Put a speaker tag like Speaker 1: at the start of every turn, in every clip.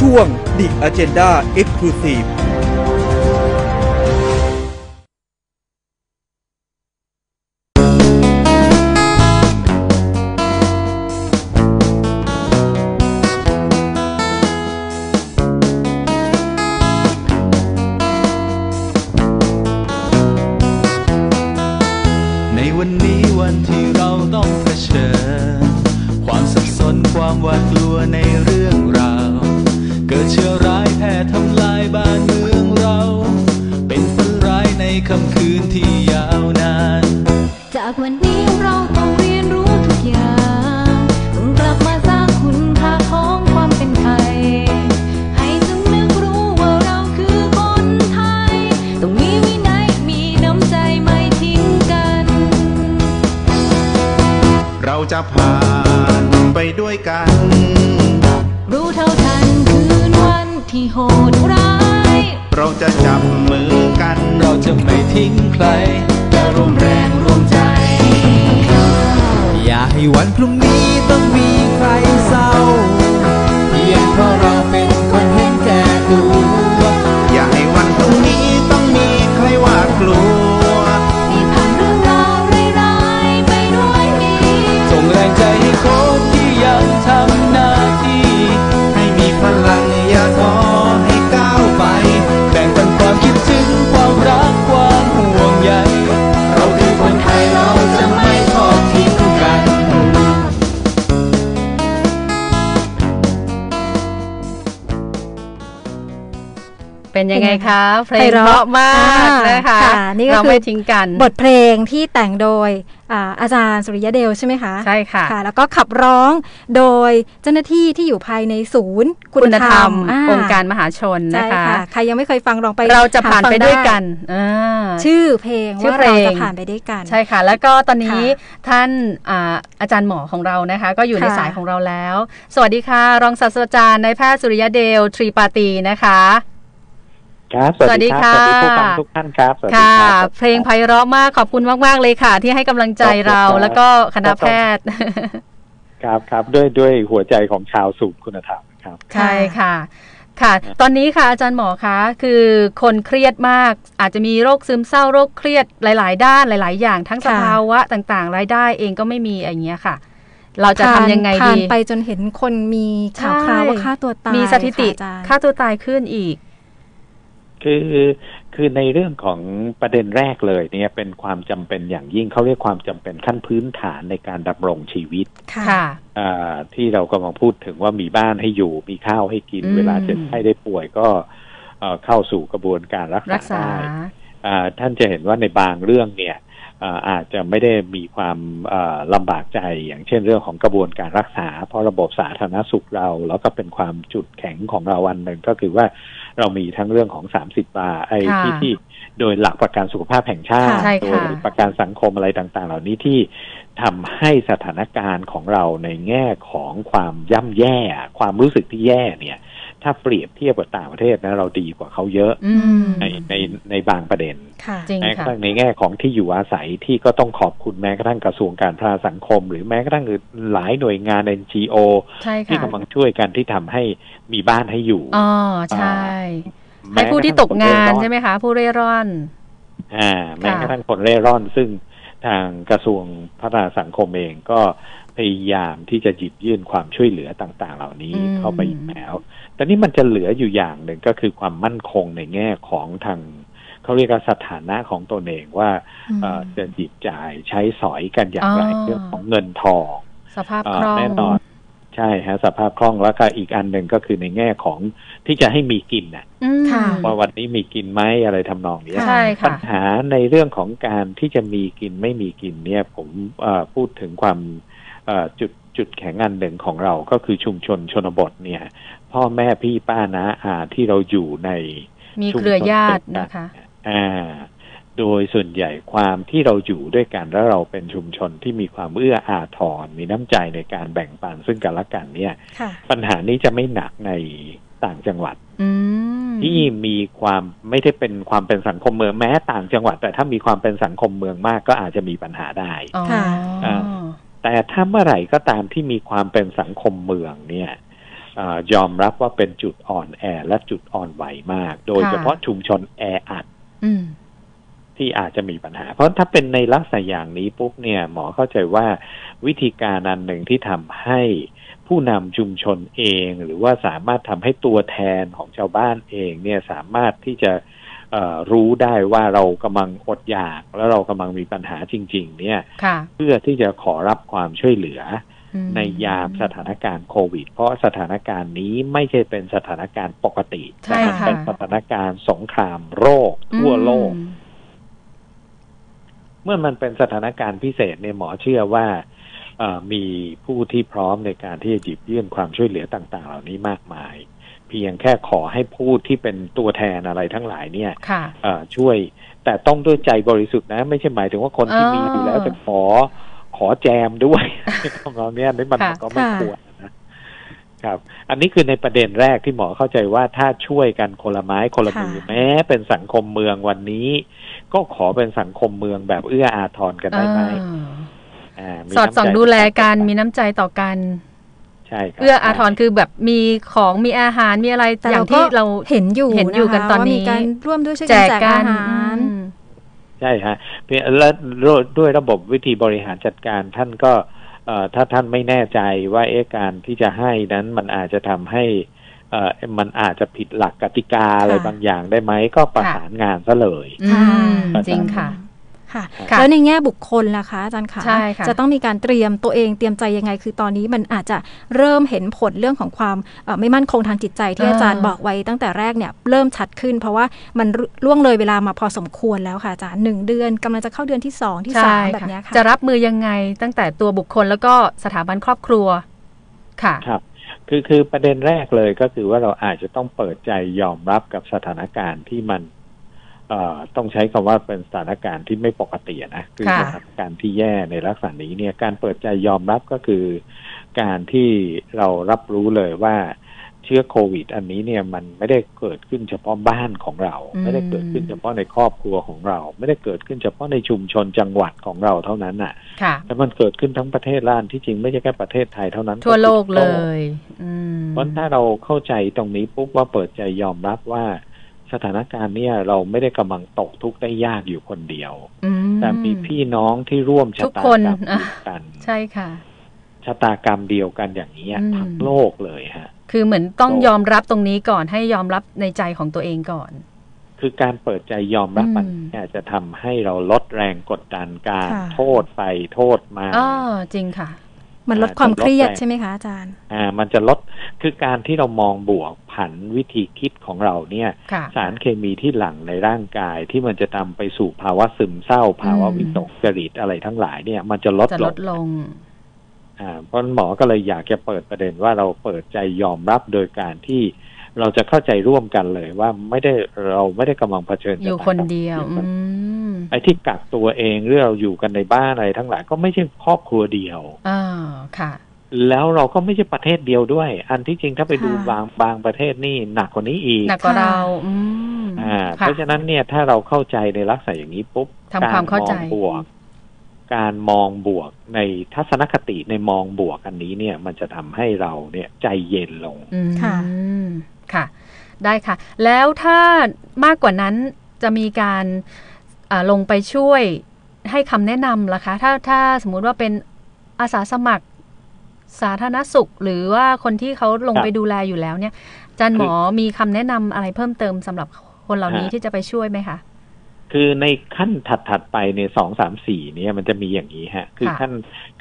Speaker 1: ช่วง The Agenda Exclusive
Speaker 2: ในวันนี้วันที่เราต้องเผชิญ ความสับสนความหวาดกลัวในเรื่องราว เกิดเชื้อร้ายแพร่ทำลายบ้านเมืองเรา เป็นฝันร้ายในค่ำคืนที่ยาวนาน
Speaker 3: จากวันนี้เราต้องเรียนรู้ทุกอย่างต้องกลับมาสร้างคุณค่าของความเป็นไทย ให้สำนึกรู้ว่าเราคือคนไทย ต้องมีวินัยมีน้ำใจไม่ทิ้งกัน
Speaker 4: เราจะผ่านไปด้วยกัน
Speaker 3: รู้เท่าทันคืนวันที่โหดร้าย
Speaker 4: เราจะจับมือกัน
Speaker 2: เราจะไม่ทิ้งใคร
Speaker 3: จะร่วมแรงร่วมใจ
Speaker 2: อย่าให้วันพรุ่งนี้ต้องมีใครเศร้า เพียงเพราะเราเป็นคนเห็นแก่ตัว
Speaker 4: อย่าให้วันพรุ่งนี้ต้องมีใครหวาดกลัว
Speaker 3: ให้ผ่านเรื่องราวร้ายๆไปด้วยดี
Speaker 2: ส่งแรงใจให้คนที่ยังทำหน้าที่
Speaker 4: ให้มีพลังอย่าท้อให้ก้าวไป
Speaker 2: แบ่งปันความคิดถึงความรักความห่วงใย
Speaker 4: เราคือคนไทยเราจะไม่ทอดทิ้งกัน
Speaker 5: เป็นยังไงคะ เพล
Speaker 6: ไพ
Speaker 5: ง
Speaker 6: เราะ
Speaker 5: เพราะมาก
Speaker 6: อ่าน
Speaker 5: นะคะ
Speaker 6: ค่ะนี่ก็
Speaker 5: เรา
Speaker 6: คือ
Speaker 5: ไม่ทิ้งกัน
Speaker 6: บทเพลงที่แต่งโดยอ่าอาจารย์สุริยะเดลใช่ไหมคะ
Speaker 5: ใช่ค่ะ
Speaker 6: แล้วก็ขับร้องโดยเจ้าหน้าที่ที่อยู่ภายในศูนย์
Speaker 5: คุณธรรม
Speaker 6: า
Speaker 5: องค์การมหาชน
Speaker 6: ใช่
Speaker 5: นะคะ
Speaker 6: ค่ะใครยังไม่เคยฟังลองไป
Speaker 5: เราจะ
Speaker 6: ห
Speaker 5: ผ่าน
Speaker 6: ฟัง
Speaker 5: ไปด้วยกันอ่า
Speaker 6: ชื่อเพลง
Speaker 5: ชื่อ
Speaker 6: ว่า
Speaker 5: เพล
Speaker 6: เรา
Speaker 5: ง
Speaker 6: จะผ่านไปด้วยกัน
Speaker 5: ใช่ค่ะ แล้วก็ตอนนี้
Speaker 6: ค่
Speaker 5: ท่านอ่าอาจารย์หมอของเรานะคะ ก็อยู่ใน
Speaker 6: ค่ะ
Speaker 5: สายของเราแล้ว สวัสดีค่ะ รองศาสตราจารย์นายแพทย์สุริยเดลทรีปาตีนะคะ
Speaker 7: ครับสวัสดีครั
Speaker 5: ส
Speaker 7: บ
Speaker 5: วัส
Speaker 7: สวั
Speaker 5: ดีค่ะ
Speaker 7: สดีผู้ฟังทุกท่านครับสวัสดี
Speaker 5: ค่ะ
Speaker 7: ครับ
Speaker 5: เพลงไพเราะมากขอบคุณมาก ๆ เลยค่ะ ที่ให้กำลังใจเรา
Speaker 7: ขอบคุณครับ
Speaker 5: แล้วก็คณะแพทย์
Speaker 7: ครับครับด้วยด้วยหัวใจของชาวสูงคุณธรรมครับ
Speaker 5: ใช่ค่ะ ค่ะ ตอนนี้ค่ะอาจารย์หมอคะคือคนเครียดมาก อาจจะมีโรคซึมเศร้าโรคเครียดหลาย ๆ ด้านหลาย ๆ อย่าง ทั้งส
Speaker 6: ค่ะ
Speaker 5: ภาวะต่างๆ รายได้เองก็ไม่มีอย่างเงี้ยค่ะ เราจะ
Speaker 6: ผ่าน
Speaker 5: ทำยังไง
Speaker 6: ผ่าน
Speaker 5: ดี
Speaker 6: ไปจนเห็นคนมีข่าว
Speaker 5: ใช่
Speaker 6: คราวว่าฆ่าตัวตาย
Speaker 5: มีสถิติ
Speaker 6: ค่ะอาจารย์
Speaker 5: ค่าตัวตายขึ้นอีก
Speaker 7: คือคือในเรื่องของประเด็นแรกเลยเนี่ยเป็นความจำเป็นอย่างยิ่งเขาเรียกความจำเป็นขั้นพื้นฐานในการดำรงชีวิต
Speaker 5: ค่ะ
Speaker 7: อ่าที่เรากำลังพูดถึงว่ามีบ้านให้อยู่มีข้าวให้กิน
Speaker 5: อืม
Speaker 7: เวลาเจ็บไข้ได้ป่วยก็เอ่อเข้าสู่กระบวนการรัก
Speaker 5: รักษา
Speaker 7: ษาได้ อ่าท่านจะเห็นว่าในบางเรื่องเนี่ยอ่าอาจจะไม่ได้มีความอ่าลำบากใจอย่างเช่นเรื่องของกระบวนการรักษา เพราะระบบสาธารณสุขเรา แล้วก็เป็นความจุดแข็งของเราวันหนึ่งก็คือว่าเรามีทั้งเรื่องของ 30 บาทไอ้
Speaker 5: ค่ะ
Speaker 7: ที่ที่โดยหลักประกันสุขภาพแห่งชาติ
Speaker 5: ค่ะใช่ค่ะ
Speaker 7: โดยประกันสังคมอะไรต่างๆ เหล่านี้ที่ทำให้สถานการณ์ของเราในแง่ของความย่ำแย่ ความรู้สึกที่แย่เนี่ย ถ้าเปรียบเทียบกับต่างประเทศนะเราดีกว่าเขาเยอะ
Speaker 5: อืม
Speaker 7: ในในในบางประเด็น
Speaker 6: ค่ะ
Speaker 5: จริง
Speaker 7: แม้กระ
Speaker 5: ค่ะ
Speaker 7: ทั่งในแง่ของที่อยู่อาศัยที่ก็ต้องขอบคุณแม้กระทั่งกระทรวงการพัฒนาสังคม หรือแม้กระทั่งหลายหน่วยงาน NGO
Speaker 5: ใช่
Speaker 7: ที่
Speaker 5: ค่ะ
Speaker 7: กำลังช่วยกันที่ทำให้มีบ้านให้อยู่
Speaker 5: อ๋อใช่
Speaker 7: แม้
Speaker 5: ให้ผู้ที่ตกงาน
Speaker 7: ระทั่
Speaker 5: ใช่ไหมคะ ผู้เร่ร่อน
Speaker 7: อ่าแม้กระทั่งคนเร่ร่อน ซึ่งทางกระทรวงพัฒนาสังคมเองก็พยายามที่จะหยิบยื่นความช่วยเหลือต่างๆ เหล่านี้
Speaker 5: อืม
Speaker 7: เข้าไปอยู่แล้วแต่นี่มันจะเหลืออยู่อย่างหนึ่งก็คือความมั่นคงในแง่ของทางเขาเรียกว่าสถานะของตนเองว่า เอ่อจะหยิบจ่ายใช้สอยกันอย่างไร
Speaker 5: อ๋อ
Speaker 7: เรื่องของเงินทอง
Speaker 5: สภาพ
Speaker 7: เอ่
Speaker 5: ค
Speaker 7: อ
Speaker 5: ล่อง
Speaker 7: แน่นอนใช่ฮะสภาพคล่องแล้วก็อีกอันหนึ่งก็คือในแง่ของที่จะให้มีกินนะ
Speaker 5: อืม
Speaker 6: ค่ะ
Speaker 7: ว่าวันนี้มีกินไหมอะไรทำนองเนี้ย
Speaker 5: ใช่
Speaker 7: ปัญ
Speaker 5: ค่ะ
Speaker 7: หาในเรื่องของการที่จะมีกินไม่มีกินเนี่ยผมเอ่อพูดถึงความเอ่อจุดจุดแข็งอันหนึ่งของเราก็คือชุมชนชนบทเนี่ย พ่อแม่พี่ป้านาอาที่เราอยู่ใน
Speaker 5: มีเครือญาตินะคะ
Speaker 7: อ่า โดยส่วนใหญ่ความที่เราอยู่ด้วยกันแล้วเราเป็นชุมชนที่มีความเอื้ออาทร มีน้ำใจในการแบ่งปันซึ่งกันและกันเนี่ย
Speaker 6: ค่ะ
Speaker 7: ปัญหานี้จะไม่หนักในต่างจังหวัด
Speaker 5: อืม
Speaker 7: ที่มีความไม่ได้เป็นความเป็นสังคมเมืองแม้ต่างจังหวัด แต่ถ้ามีความเป็นสังคมเมืองมากก็อาจจะมีปัญหาได้
Speaker 5: อ๋อ
Speaker 6: ค่ะ
Speaker 7: อ่า แต่ถ้าเมื่อไหร่ก็ตามที่มีความเป็นสังคมเมืองเนี่ย เอ่อยอมรับว่าเป็นจุดอ่อนแอและจุดอ่อนไหวมาก โดย
Speaker 5: ค่ะ
Speaker 7: เฉพาะชุมชนแออัด
Speaker 5: อืม
Speaker 7: ที่อาจจะมีปัญหา เพราะถ้าเป็นในลักษณะอย่างนี้ปุ๊บเนี่ย หมอเข้าใจว่าวิธีการอันหนึ่งที่ทำให้ผู้นำชุมชนเอง หรือว่าสามารถทำให้ตัวแทนของชาวบ้านเองเนี่ยสามารถที่จะเอ่อรู้ได้ว่าเรากำลังอดอยาก แล้วเรากำลังมีปัญหาจริง ๆ เนี่ย
Speaker 5: ค่ะ
Speaker 7: เพื่อที่จะขอรับความช่วยเหลือ
Speaker 5: อืม
Speaker 7: ในยามสถานการณ์โควิด เพราะสถานการณ์นี้ไม่ใช่เป็นสถานการณ์ปกติ
Speaker 5: ใช่
Speaker 7: แต่มัน
Speaker 5: ค่ะ
Speaker 7: เป็นสถานการณ์สงครามโรคทั่วโลก
Speaker 5: อืม
Speaker 7: เมื่อมันเป็นสถานการณ์พิเศษเนี่ยหมอเชื่อว่าเอ่อมีผู้ที่พร้อมในการที่จะหยิบยื่นความช่วยเหลือต่าง ๆ เหล่านี้มากมาย เพียงแค่ขอให้ผู้ที่เป็นตัวแทนอะไรทั้งหลายเนี่ย
Speaker 5: ค่ะ
Speaker 7: เอ่อช่วยแต่ต้องด้วยใจบริสุทธิ์นะ ไม่ใช่หมายถึงว่าคนที่
Speaker 5: อ๋อ
Speaker 7: มีอยู่แล้วจะขอขอแจมด้วย ทำนองเนี้ยนี่มัน
Speaker 5: ค่ะ
Speaker 7: ก็ไม่
Speaker 6: ค่ะ
Speaker 7: ควรนะครับ อันนี้คือในประเด็นแรกที่หมอเข้าใจว่าถ้าช่วยกันคนละไม้คนละมือ
Speaker 6: ค่ะ
Speaker 7: แม้ เป็นสังคมเมืองวันนี้ ก็ขอเป็นสังคมเมืองแบบเอื้ออาทรกันได้ไหม
Speaker 5: เออา
Speaker 7: มี
Speaker 5: สอด
Speaker 7: น้ำใจ
Speaker 5: ส่องดูแลกันมีน้ำใจต่อกัน
Speaker 7: ใช่ครับ
Speaker 5: เอื้ออาทรคือแบบมีของมีอาหารมีอะไร
Speaker 6: แต่
Speaker 5: อย่าง
Speaker 6: เราก็
Speaker 5: ที่เรา
Speaker 6: เห็นอยู่
Speaker 5: เห็นอยู่
Speaker 6: ะคะ
Speaker 5: กันตอนนี้
Speaker 6: ว่ามีการร่วมด้วยช่วย
Speaker 5: แจ
Speaker 6: กั
Speaker 5: ก
Speaker 6: นแจก
Speaker 5: กั
Speaker 6: อาน หาร
Speaker 5: อืม
Speaker 7: ใช่ฮะเพียงและด้วยระบบวิธีบริหารจัดการท่านก็เอ่อถ้าท่านไม่แน่ใจว่าเอ๊ะการที่จะให้นั้นมันอาจจะทำให้เอ่อมันอาจจะผิดหลักกติกาอะไร
Speaker 6: ค่ะ
Speaker 7: บางอย่างได้ไหมก็ประ
Speaker 5: ค่ะ
Speaker 7: สานงานซะเลย
Speaker 5: อืมจริงค่ะ
Speaker 6: ค่ะ
Speaker 5: ค่ะ
Speaker 6: แล้วในแง่บุคคลล่ะคะอาจารย์คะ
Speaker 5: ใช่ค่ะ
Speaker 6: จะต้องมีการเตรียมตัวเองเตรียมใจยังไง คือตอนนี้มันอาจจะเริ่มเห็นผลเรื่องของความเอ่อไม่มั่นคงทางจิตใจที่อาจารย์บอกไว้ตั้งแต่แรกเนี่ยเริ่มชัดขึ้น เพราะว่ามันล่วงเลยเวลามาพอสมควรแล้วค่ะอาจารย์หนึ่งเดือนกำลังจะเข้าเดือนที่สองที่สา
Speaker 5: ใช่
Speaker 6: มแบบ
Speaker 5: ค่ะ
Speaker 6: เนี้ยค่ะ
Speaker 5: จะรับมือยังไงตั้งแต่ตัวบุคคลแล้วก็สถาบันครอบครัว ค่ะ
Speaker 7: ครับ คือคือประเด็นแรกเลยก็คือว่าเราอาจจะต้องเปิดใจยอมรับกับสถานการณ์ที่มัน เอ่อต้องใช้คำว่าเป็นสถานการณ์ที่ไม่ปกติอะนะคือ
Speaker 5: ค่ะ
Speaker 7: สถานการณ์ที่แย่ในลักษณะนี้เนี่ยการเปิดใจยอมรับก็คือ การที่เรารับรู้เลยว่าเชื้อโควิด อันนี้เนี่ยมันไม่ได้เกิดขึ้นเฉพาะบ้านของเรา ไม่ได้เกิดขึ้นเฉพาะในครอบครัวของเรา ไม่ได้เกิดขึ้นเฉพาะในชุมชนจังหวัดของเราเท่านั้นอ่ะ
Speaker 5: ค่ะ
Speaker 7: แต่มันเกิดขึ้นทั้งประเทศล้านที่จริงไม่ใช่แค่ประเทศไทยเท่านั้น
Speaker 5: ทั่วโลกเล
Speaker 7: ทั่วโลก
Speaker 5: ย อืม
Speaker 7: เพราะถ้าเราเข้าใจตรงนี้ปุ๊บว่าเปิดใจยอมรับว่าสถานการณ์เนี่ยเราไม่ได้กำลังตกทุกข์ได้ยากอยู่คนเดียว
Speaker 5: อื
Speaker 7: แต่มีพี่น้องที่ร่วมชะ
Speaker 5: ทุก
Speaker 7: ตา
Speaker 5: ค
Speaker 7: กรร
Speaker 5: น
Speaker 7: ม
Speaker 5: อ่ะ
Speaker 7: กัน
Speaker 5: ใช่ค่ะ
Speaker 7: ชะตากรรมเดียวกันอย่างนี้ย
Speaker 5: อืม
Speaker 7: ทั้งโลกเลยฮะ
Speaker 5: คือเหมือนต้อง
Speaker 7: โลก
Speaker 5: ยอมรับตรงนี้ก่อนให้ยอมรับในใจของตัวเองก่อน
Speaker 7: คือการเปิดใจยอมรับ
Speaker 5: อืม
Speaker 7: มันเนี่ยจะทำให้เราลดแรงกดดันการ
Speaker 6: ค่ะ
Speaker 7: โทษไปโทษมา
Speaker 5: อ๋อจริงค่ะ
Speaker 6: มันลด
Speaker 7: อ่า
Speaker 6: ความ
Speaker 7: จะลด
Speaker 6: เครียด
Speaker 7: แรง
Speaker 6: ใช่ไหมคะอาจารย์
Speaker 7: อ่ามันจะลดคือการที่เรามองบวกผันวิธีคิดของเราเนี่ย
Speaker 5: ค่ะ
Speaker 7: สารเคมีที่หลั่งในร่างกายที่มันจะนำไปสู่ภาวะซึมเศร้า ภาวะ
Speaker 5: อืม
Speaker 7: วิตกจริตอะไรทั้งหลายเนี่ย มันจะลด
Speaker 5: จะ
Speaker 7: ล
Speaker 5: ล
Speaker 7: ง
Speaker 5: ดลง
Speaker 7: อ่าเพราะฉะนั้นหมอก็เลยอยากจะเปิดประเด็นว่าเราเปิดใจยอมรับโดยการที่เราจะเข้าใจร่วมกันเลยว่าไม่ได้เราไม่ได้กำลังเผชิญชะตา
Speaker 5: อยู่คนเดียว อืม
Speaker 7: ไอ้ที่กักตัวเองหรือเราอยู่กันในบ้านอะไรทั้งหลายก็ไม่ใช่ครอบครัวเดียว
Speaker 5: อ่าค่ะ
Speaker 7: แล้วเราก็ไม่ใช่ประเทศเดียวด้วย อันที่จริงถ้าไปดู
Speaker 6: ค่ะ
Speaker 7: บางบางประเทศนี่หนักกว่านี้อีก
Speaker 5: หนักกว่า
Speaker 6: ค่ะ
Speaker 5: เรา อืม
Speaker 7: อ่าเพ
Speaker 5: ค่ะ
Speaker 7: ราะฉะนั้นเนี่ยถ้าเราเข้าใจในลักษณะอย่างนี้ปุ๊บ
Speaker 5: ทำความเข้าใจ
Speaker 7: กรมองบวก การมองบวกในทัศนคติในมองบวกอันนี้เนี่ย มันจะทำให้เราเนี่ยใจเย็นลง
Speaker 5: อืม
Speaker 6: ค่ะ
Speaker 5: ค่ะ ได้ค่ะ แล้วถ้ามากกว่านั้นจะมีการอ่าลงไปช่วยให้คำแนะนำล่ะคะ ถ้าถ้าสมมุติว่าเป็นอาสาสมัครสาธารณสุข หรือว่าคนที่เขาลง
Speaker 7: ครับ
Speaker 5: ไปดูแลอยู่แล้วเนี่ยอาจันหมอมีคำแนะนำอะไรเพิ่มเติมสำหรับคนเหล่านี้
Speaker 7: ฮะ
Speaker 5: ที่จะไปช่วยไหมคะ
Speaker 7: คือในขั้นถัดๆไปในสองสามสี่เนี่ยมันจะมีอย่างนี้ฮะ คือ
Speaker 5: ค่ะ
Speaker 7: ขั้น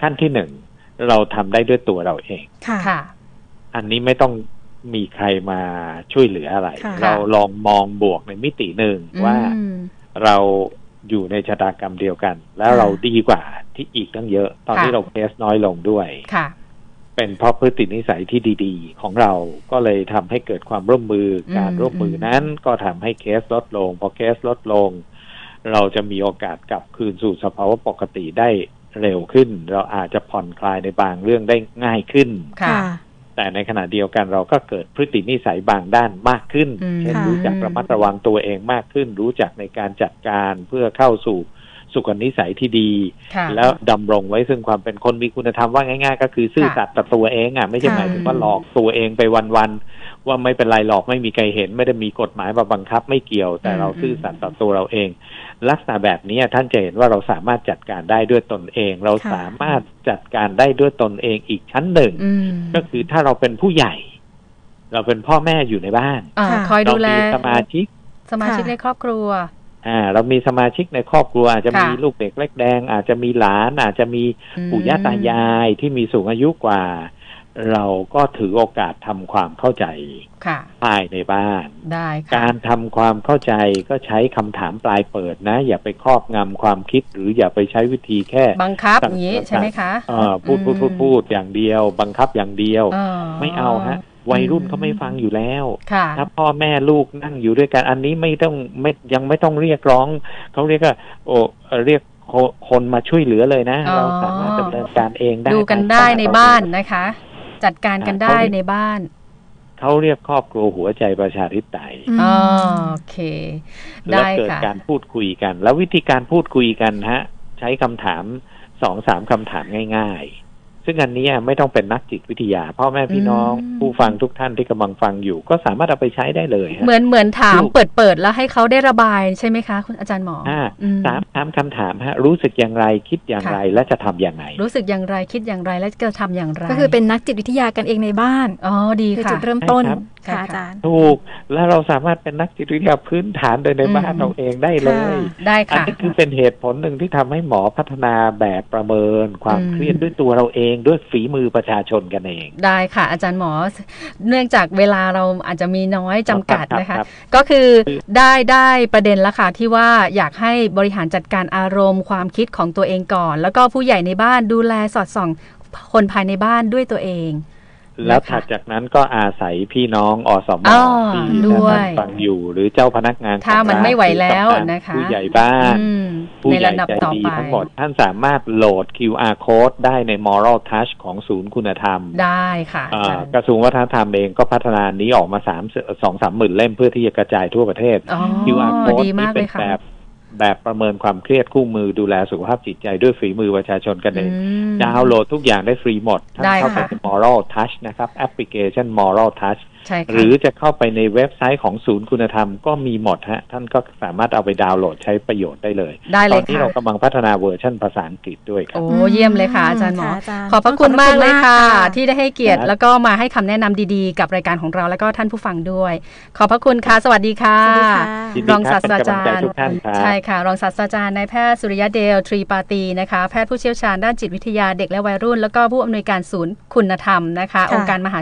Speaker 7: ขั้นที่หนึ่งเราทำได้ด้วยตัวเราเอง
Speaker 6: ค่ะ
Speaker 5: ค่ะ
Speaker 7: อันนี้ไม่ต้องมีใครมาช่วยเหลืออะไร
Speaker 6: ค่ะ
Speaker 7: เราลองมองบวกในมิติหนึ่งว่า
Speaker 5: อืม
Speaker 7: เราอยู่ในชะตากรรมเดียวกัน แล้ว
Speaker 5: ค่ะ
Speaker 7: เราดีกว่าที่อีกตั้งเยอะ ตอน
Speaker 5: ค่ะ
Speaker 7: นี้เราเคสน้อยลงด้วย
Speaker 5: ค่ะ
Speaker 7: เป็นเพราะพฤตินิสัยที่ดีๆ ของเราก็เลยทำให้เกิดความร่วมมืออ
Speaker 5: ม
Speaker 7: การร่วมมืออ
Speaker 5: ม
Speaker 7: นั้นก็ทำให้เคสลดลงพอเคสลดลง เราจะมีโอกาสกลับคืนสู่สภาวะปกติได้เร็วขึ้น เราอาจจะผ่อนคลายในบางเรื่องได้ง่ายขึ้น
Speaker 5: ค่ะ
Speaker 7: แต่ในขณะเดียวกันเราก็เกิดพฤตินิสัยบางด้านมากขึ้น
Speaker 5: อืม
Speaker 7: เช่น
Speaker 5: ค่ะ
Speaker 7: รู้จักระมัดระวังตัวเองมากขึ้น รู้จักในการจัดการเพื่อเข้าสู่ สุขนิสัยที่ดี
Speaker 5: ค่ะ
Speaker 7: แล้วดำรงไว้ซึ่งความเป็นคนมีคุณธรรมว่าง่ายๆ ก็คือซื่อสัตย์ต่อตัวเองอ่ะไม่ใช่
Speaker 5: ค่ะ
Speaker 7: หมายถึงว่าหลอกตัวเองไปวันๆว่าไม่เป็นไรหรอกไม่มีใครเห็น ไม่ได้มีกฎหมายมาบังคับไม่เกี่ยว แต่เราซื่อสัตย์ต่อตัวเราเอง ลักษณะแบบนี้ท่านจะเห็นว่าเราสามารถจัดการได้ด้วยตนเอง เรา
Speaker 6: ค่ะ
Speaker 7: สามารถจัดการได้ด้วยตนเองอีกชั้นหนึ่ง
Speaker 5: อืม
Speaker 7: ก็คือถ้าเราเป็นผู้ใหญ่ เราเป็นพ่อแม่อยู่ในบ้าน
Speaker 5: อ่า
Speaker 6: ค่ะ
Speaker 5: คอย
Speaker 7: เรา
Speaker 5: ดูแล
Speaker 7: มีสมาชิก
Speaker 5: สมาชิกในครอบครัว
Speaker 7: อ่า เรามีสมาชิกในครอบครัวอาจจะ
Speaker 5: ค่ะ
Speaker 7: มีลูกเด็กเล็กแดง อาจจะมีหลาน อาจจะมีปู่ย่าตายายที่มีสูงอายุกว่า เราก็ถือโอกาสทำความเข้าใจ
Speaker 5: ค่ะ
Speaker 7: ภายในบ้าน
Speaker 5: ได้ค่ะ
Speaker 7: การทำความเข้าใจก็ใช้คำถามปลายเปิดนะ อย่าไปครอบงำความคิด หรืออย่าไปใช้วิธีแค่
Speaker 5: บังคับอย่างนี้ใช่ไหมคะ
Speaker 7: เอ่อพูด
Speaker 5: อืม
Speaker 7: พูดพูดพูดอย่างเดียว บังคับอย่างเดียว
Speaker 5: เอ
Speaker 7: ไม่เอาฮะ วัยรุ่นเขาไม่ฟังอยู่แล้ว
Speaker 5: ค่ะ
Speaker 7: ถ้าพ่อแม่ลูกนั่งอยู่ด้วยกันอันนี้ไม่ต้องไม่ยังไม่ต้องเรียกร้อง เขาเรียกว่าโอเอ่อเรียกคคนมาช่วยเหลือเลยนะ
Speaker 5: อ๋อ
Speaker 7: เราสามารถดำเนินการเองได้
Speaker 5: ดูกัน
Speaker 7: ภายใ
Speaker 5: ได้ใน
Speaker 7: เร
Speaker 5: บ้านนะคะ จัดการกันได้
Speaker 7: อ่าเขา
Speaker 5: ในบ้าน
Speaker 7: เขาเรียกครอบครัวหัวใจประชาธิปไตย
Speaker 6: อืม
Speaker 5: อ๋อโอเค
Speaker 7: และ
Speaker 5: ได้
Speaker 7: เกิด
Speaker 5: ค่ะ
Speaker 7: การพูดคุยกัน แล้ววิธีการพูดคุยกันฮะ ใช้คำถามสองสามคำถามง่าย ๆ ซึ่งอันเนี้ยไม่ต้องเป็นนักจิตวิทยาพ่อแม่พี่น้อง
Speaker 5: อืม
Speaker 7: ผู้ฟังทุกท่านที่กำลังฟังอยู่ ก็สามารถเอาไปใช้ได้เลยฮะ
Speaker 5: เหมือนเหมือนถาม
Speaker 7: ลูก
Speaker 5: เปิดเปิดแล้วให้เขาได้ระบายใช่ไหมคะคุณอาจารย์หมออา อืม
Speaker 7: สามถามคำถามฮะ รู้สึกอย่างไรคิดอย่าง
Speaker 5: ค่ะ
Speaker 7: ไรและจะทำอย่างไร
Speaker 5: รู้สึกอย่างไรคิดอย่างไรและกระทำอย่างไร
Speaker 6: ก็คือเป็นนักจิตวิทยากันเองในบ้าน
Speaker 5: อ๋อดี
Speaker 6: คือ
Speaker 5: ค่ะ
Speaker 6: จุดเริ่มต้น
Speaker 7: ใช่ครับ
Speaker 6: ค่ะอา
Speaker 5: ใช่ครับ
Speaker 6: จารย์
Speaker 7: ถูกแล้วเราสามารถเป็นนักจิตวิทยาพื้นฐานโดยใน
Speaker 5: อืม
Speaker 7: บ้านเราเองได้เลย
Speaker 6: ค่ะ
Speaker 5: ได้
Speaker 7: อัน
Speaker 5: ค่ะ
Speaker 7: นี้คือเป็นเหตุผลหนึ่งที่ทำให้หมอพัฒนาแบบประเมิน ความ
Speaker 5: อืม
Speaker 7: เครียดด้วยตัวเราเองด้วยฝีมือประชาชนกันเอง
Speaker 5: ได้ค่ะ อาจารย์หมอ เนื่องจากเวลาเราอาจจะมีน้อยจำกัด
Speaker 7: ครับ
Speaker 5: นะคะ
Speaker 7: ครับ
Speaker 5: ก็คือได้ได้ประเด็นและค่ะที่ว่าอยากให้บริหารจัดการอารมณ์ความคิดของตัวเองก่อน แล้วก็ผู้ใหญ่ในบ้านดูแลสอดส่องคนภายในบ้านด้วยตัวเอง
Speaker 7: แล้วถัดจากนั้นก็อาศัยพี่น้องอสม
Speaker 5: อ๋อ
Speaker 7: ที่
Speaker 5: ด้วย
Speaker 7: ท่านฟังอยู่ หรือเจ้าพนักงาน
Speaker 5: ถ้า
Speaker 7: ของ
Speaker 5: มัน
Speaker 7: ร้
Speaker 5: ไม่ไหวแล้ว
Speaker 7: หรือกำ
Speaker 5: นะคะ
Speaker 7: ผู้ใหญ่บ้าน
Speaker 5: อืม
Speaker 7: ผู้
Speaker 5: ใน
Speaker 7: ใหญ่
Speaker 5: ระดับ
Speaker 7: ใจ
Speaker 5: ต่อ
Speaker 7: ดี
Speaker 5: ไป
Speaker 7: ทั้งหมดท่านสามารถโหลด QR code ได้ใน Moral Touch ของศูนย์คุณธรรม
Speaker 5: ได้ค่ะอา
Speaker 7: อ่า
Speaker 5: จารย์
Speaker 7: กระทรวงวัฒนธรรมเองก็พัฒนานี้ออกมาสามสองสามหมื่นเล่มเพื่อที่จะกระจายทั่วประเทศ
Speaker 5: อ๋อ
Speaker 7: QR code
Speaker 5: ดีมา
Speaker 7: นี่
Speaker 5: กเล
Speaker 7: เป็น
Speaker 5: ยค่ะ
Speaker 7: แบบแบบประเมินความเครียดคู่มือดูแลสุขภาพจิตใจด้วยฝีมือประชาชนกันเอง
Speaker 5: อืม
Speaker 7: ดาวน์โหลดทุกอย่างได้ฟรีหมด ท่าน
Speaker 5: ได้
Speaker 7: เข้าไป
Speaker 5: ค่ะ
Speaker 7: ใน Moral Touch นะครับ แอปพลิเคชัน Moral Touch
Speaker 5: ใช่ค่ะ
Speaker 7: หรือจะเข้าไปในเว็บไซต์ของศูนย์คุณธรรมก็มีหมดฮะ ท่านก็สามารถเอาไปดาวน์โหลดใช้ประโยชน์ได้เลย
Speaker 5: ได้
Speaker 7: ต
Speaker 5: เล
Speaker 7: อน
Speaker 5: ย
Speaker 7: นี้
Speaker 5: ค่ะ
Speaker 7: เรากำลังพัฒนาเวอร์ชันภาษาอังกฤษด้วยครับ
Speaker 5: โอ้เยี่ยมเลยค่ะอาจารย์หมอ
Speaker 6: ค่ะอาจารย์
Speaker 5: ขอบพระคุณมากเลยค่ะ
Speaker 6: ขอบพระคุณมากค่ะ
Speaker 5: ที่ได้ให้เกียรติ
Speaker 7: ครับ
Speaker 5: แล้วก็มาให้คำแนะนำดีๆ กับรายการของเราแล้วก็ท่านผู้ฟังด้วย ขอบพระคุณค่ะ สวัสดีค่ะ
Speaker 6: สวัสดีค่ะ
Speaker 7: ยิน
Speaker 5: ร
Speaker 7: ดี
Speaker 5: อง
Speaker 7: ค
Speaker 5: ศา
Speaker 7: รั
Speaker 5: ส
Speaker 7: บ
Speaker 5: ต
Speaker 7: เป็
Speaker 5: ราก
Speaker 7: นำลัง
Speaker 5: จาร
Speaker 7: ใจ
Speaker 5: ย์
Speaker 7: ทุกท่านครับ
Speaker 5: ใช่ค่ะ รองศาสตราจารย์นายแพทย์สุริยะเดลทรีปาตีนะคะ แพทย์ผู้เชี่ยวชาญด้านจิตวิทยาเด็กและวัยรุ่น แล้วก็ผู้อำนวยการศูนย์คุณธรรมนะคะ องค์การมหา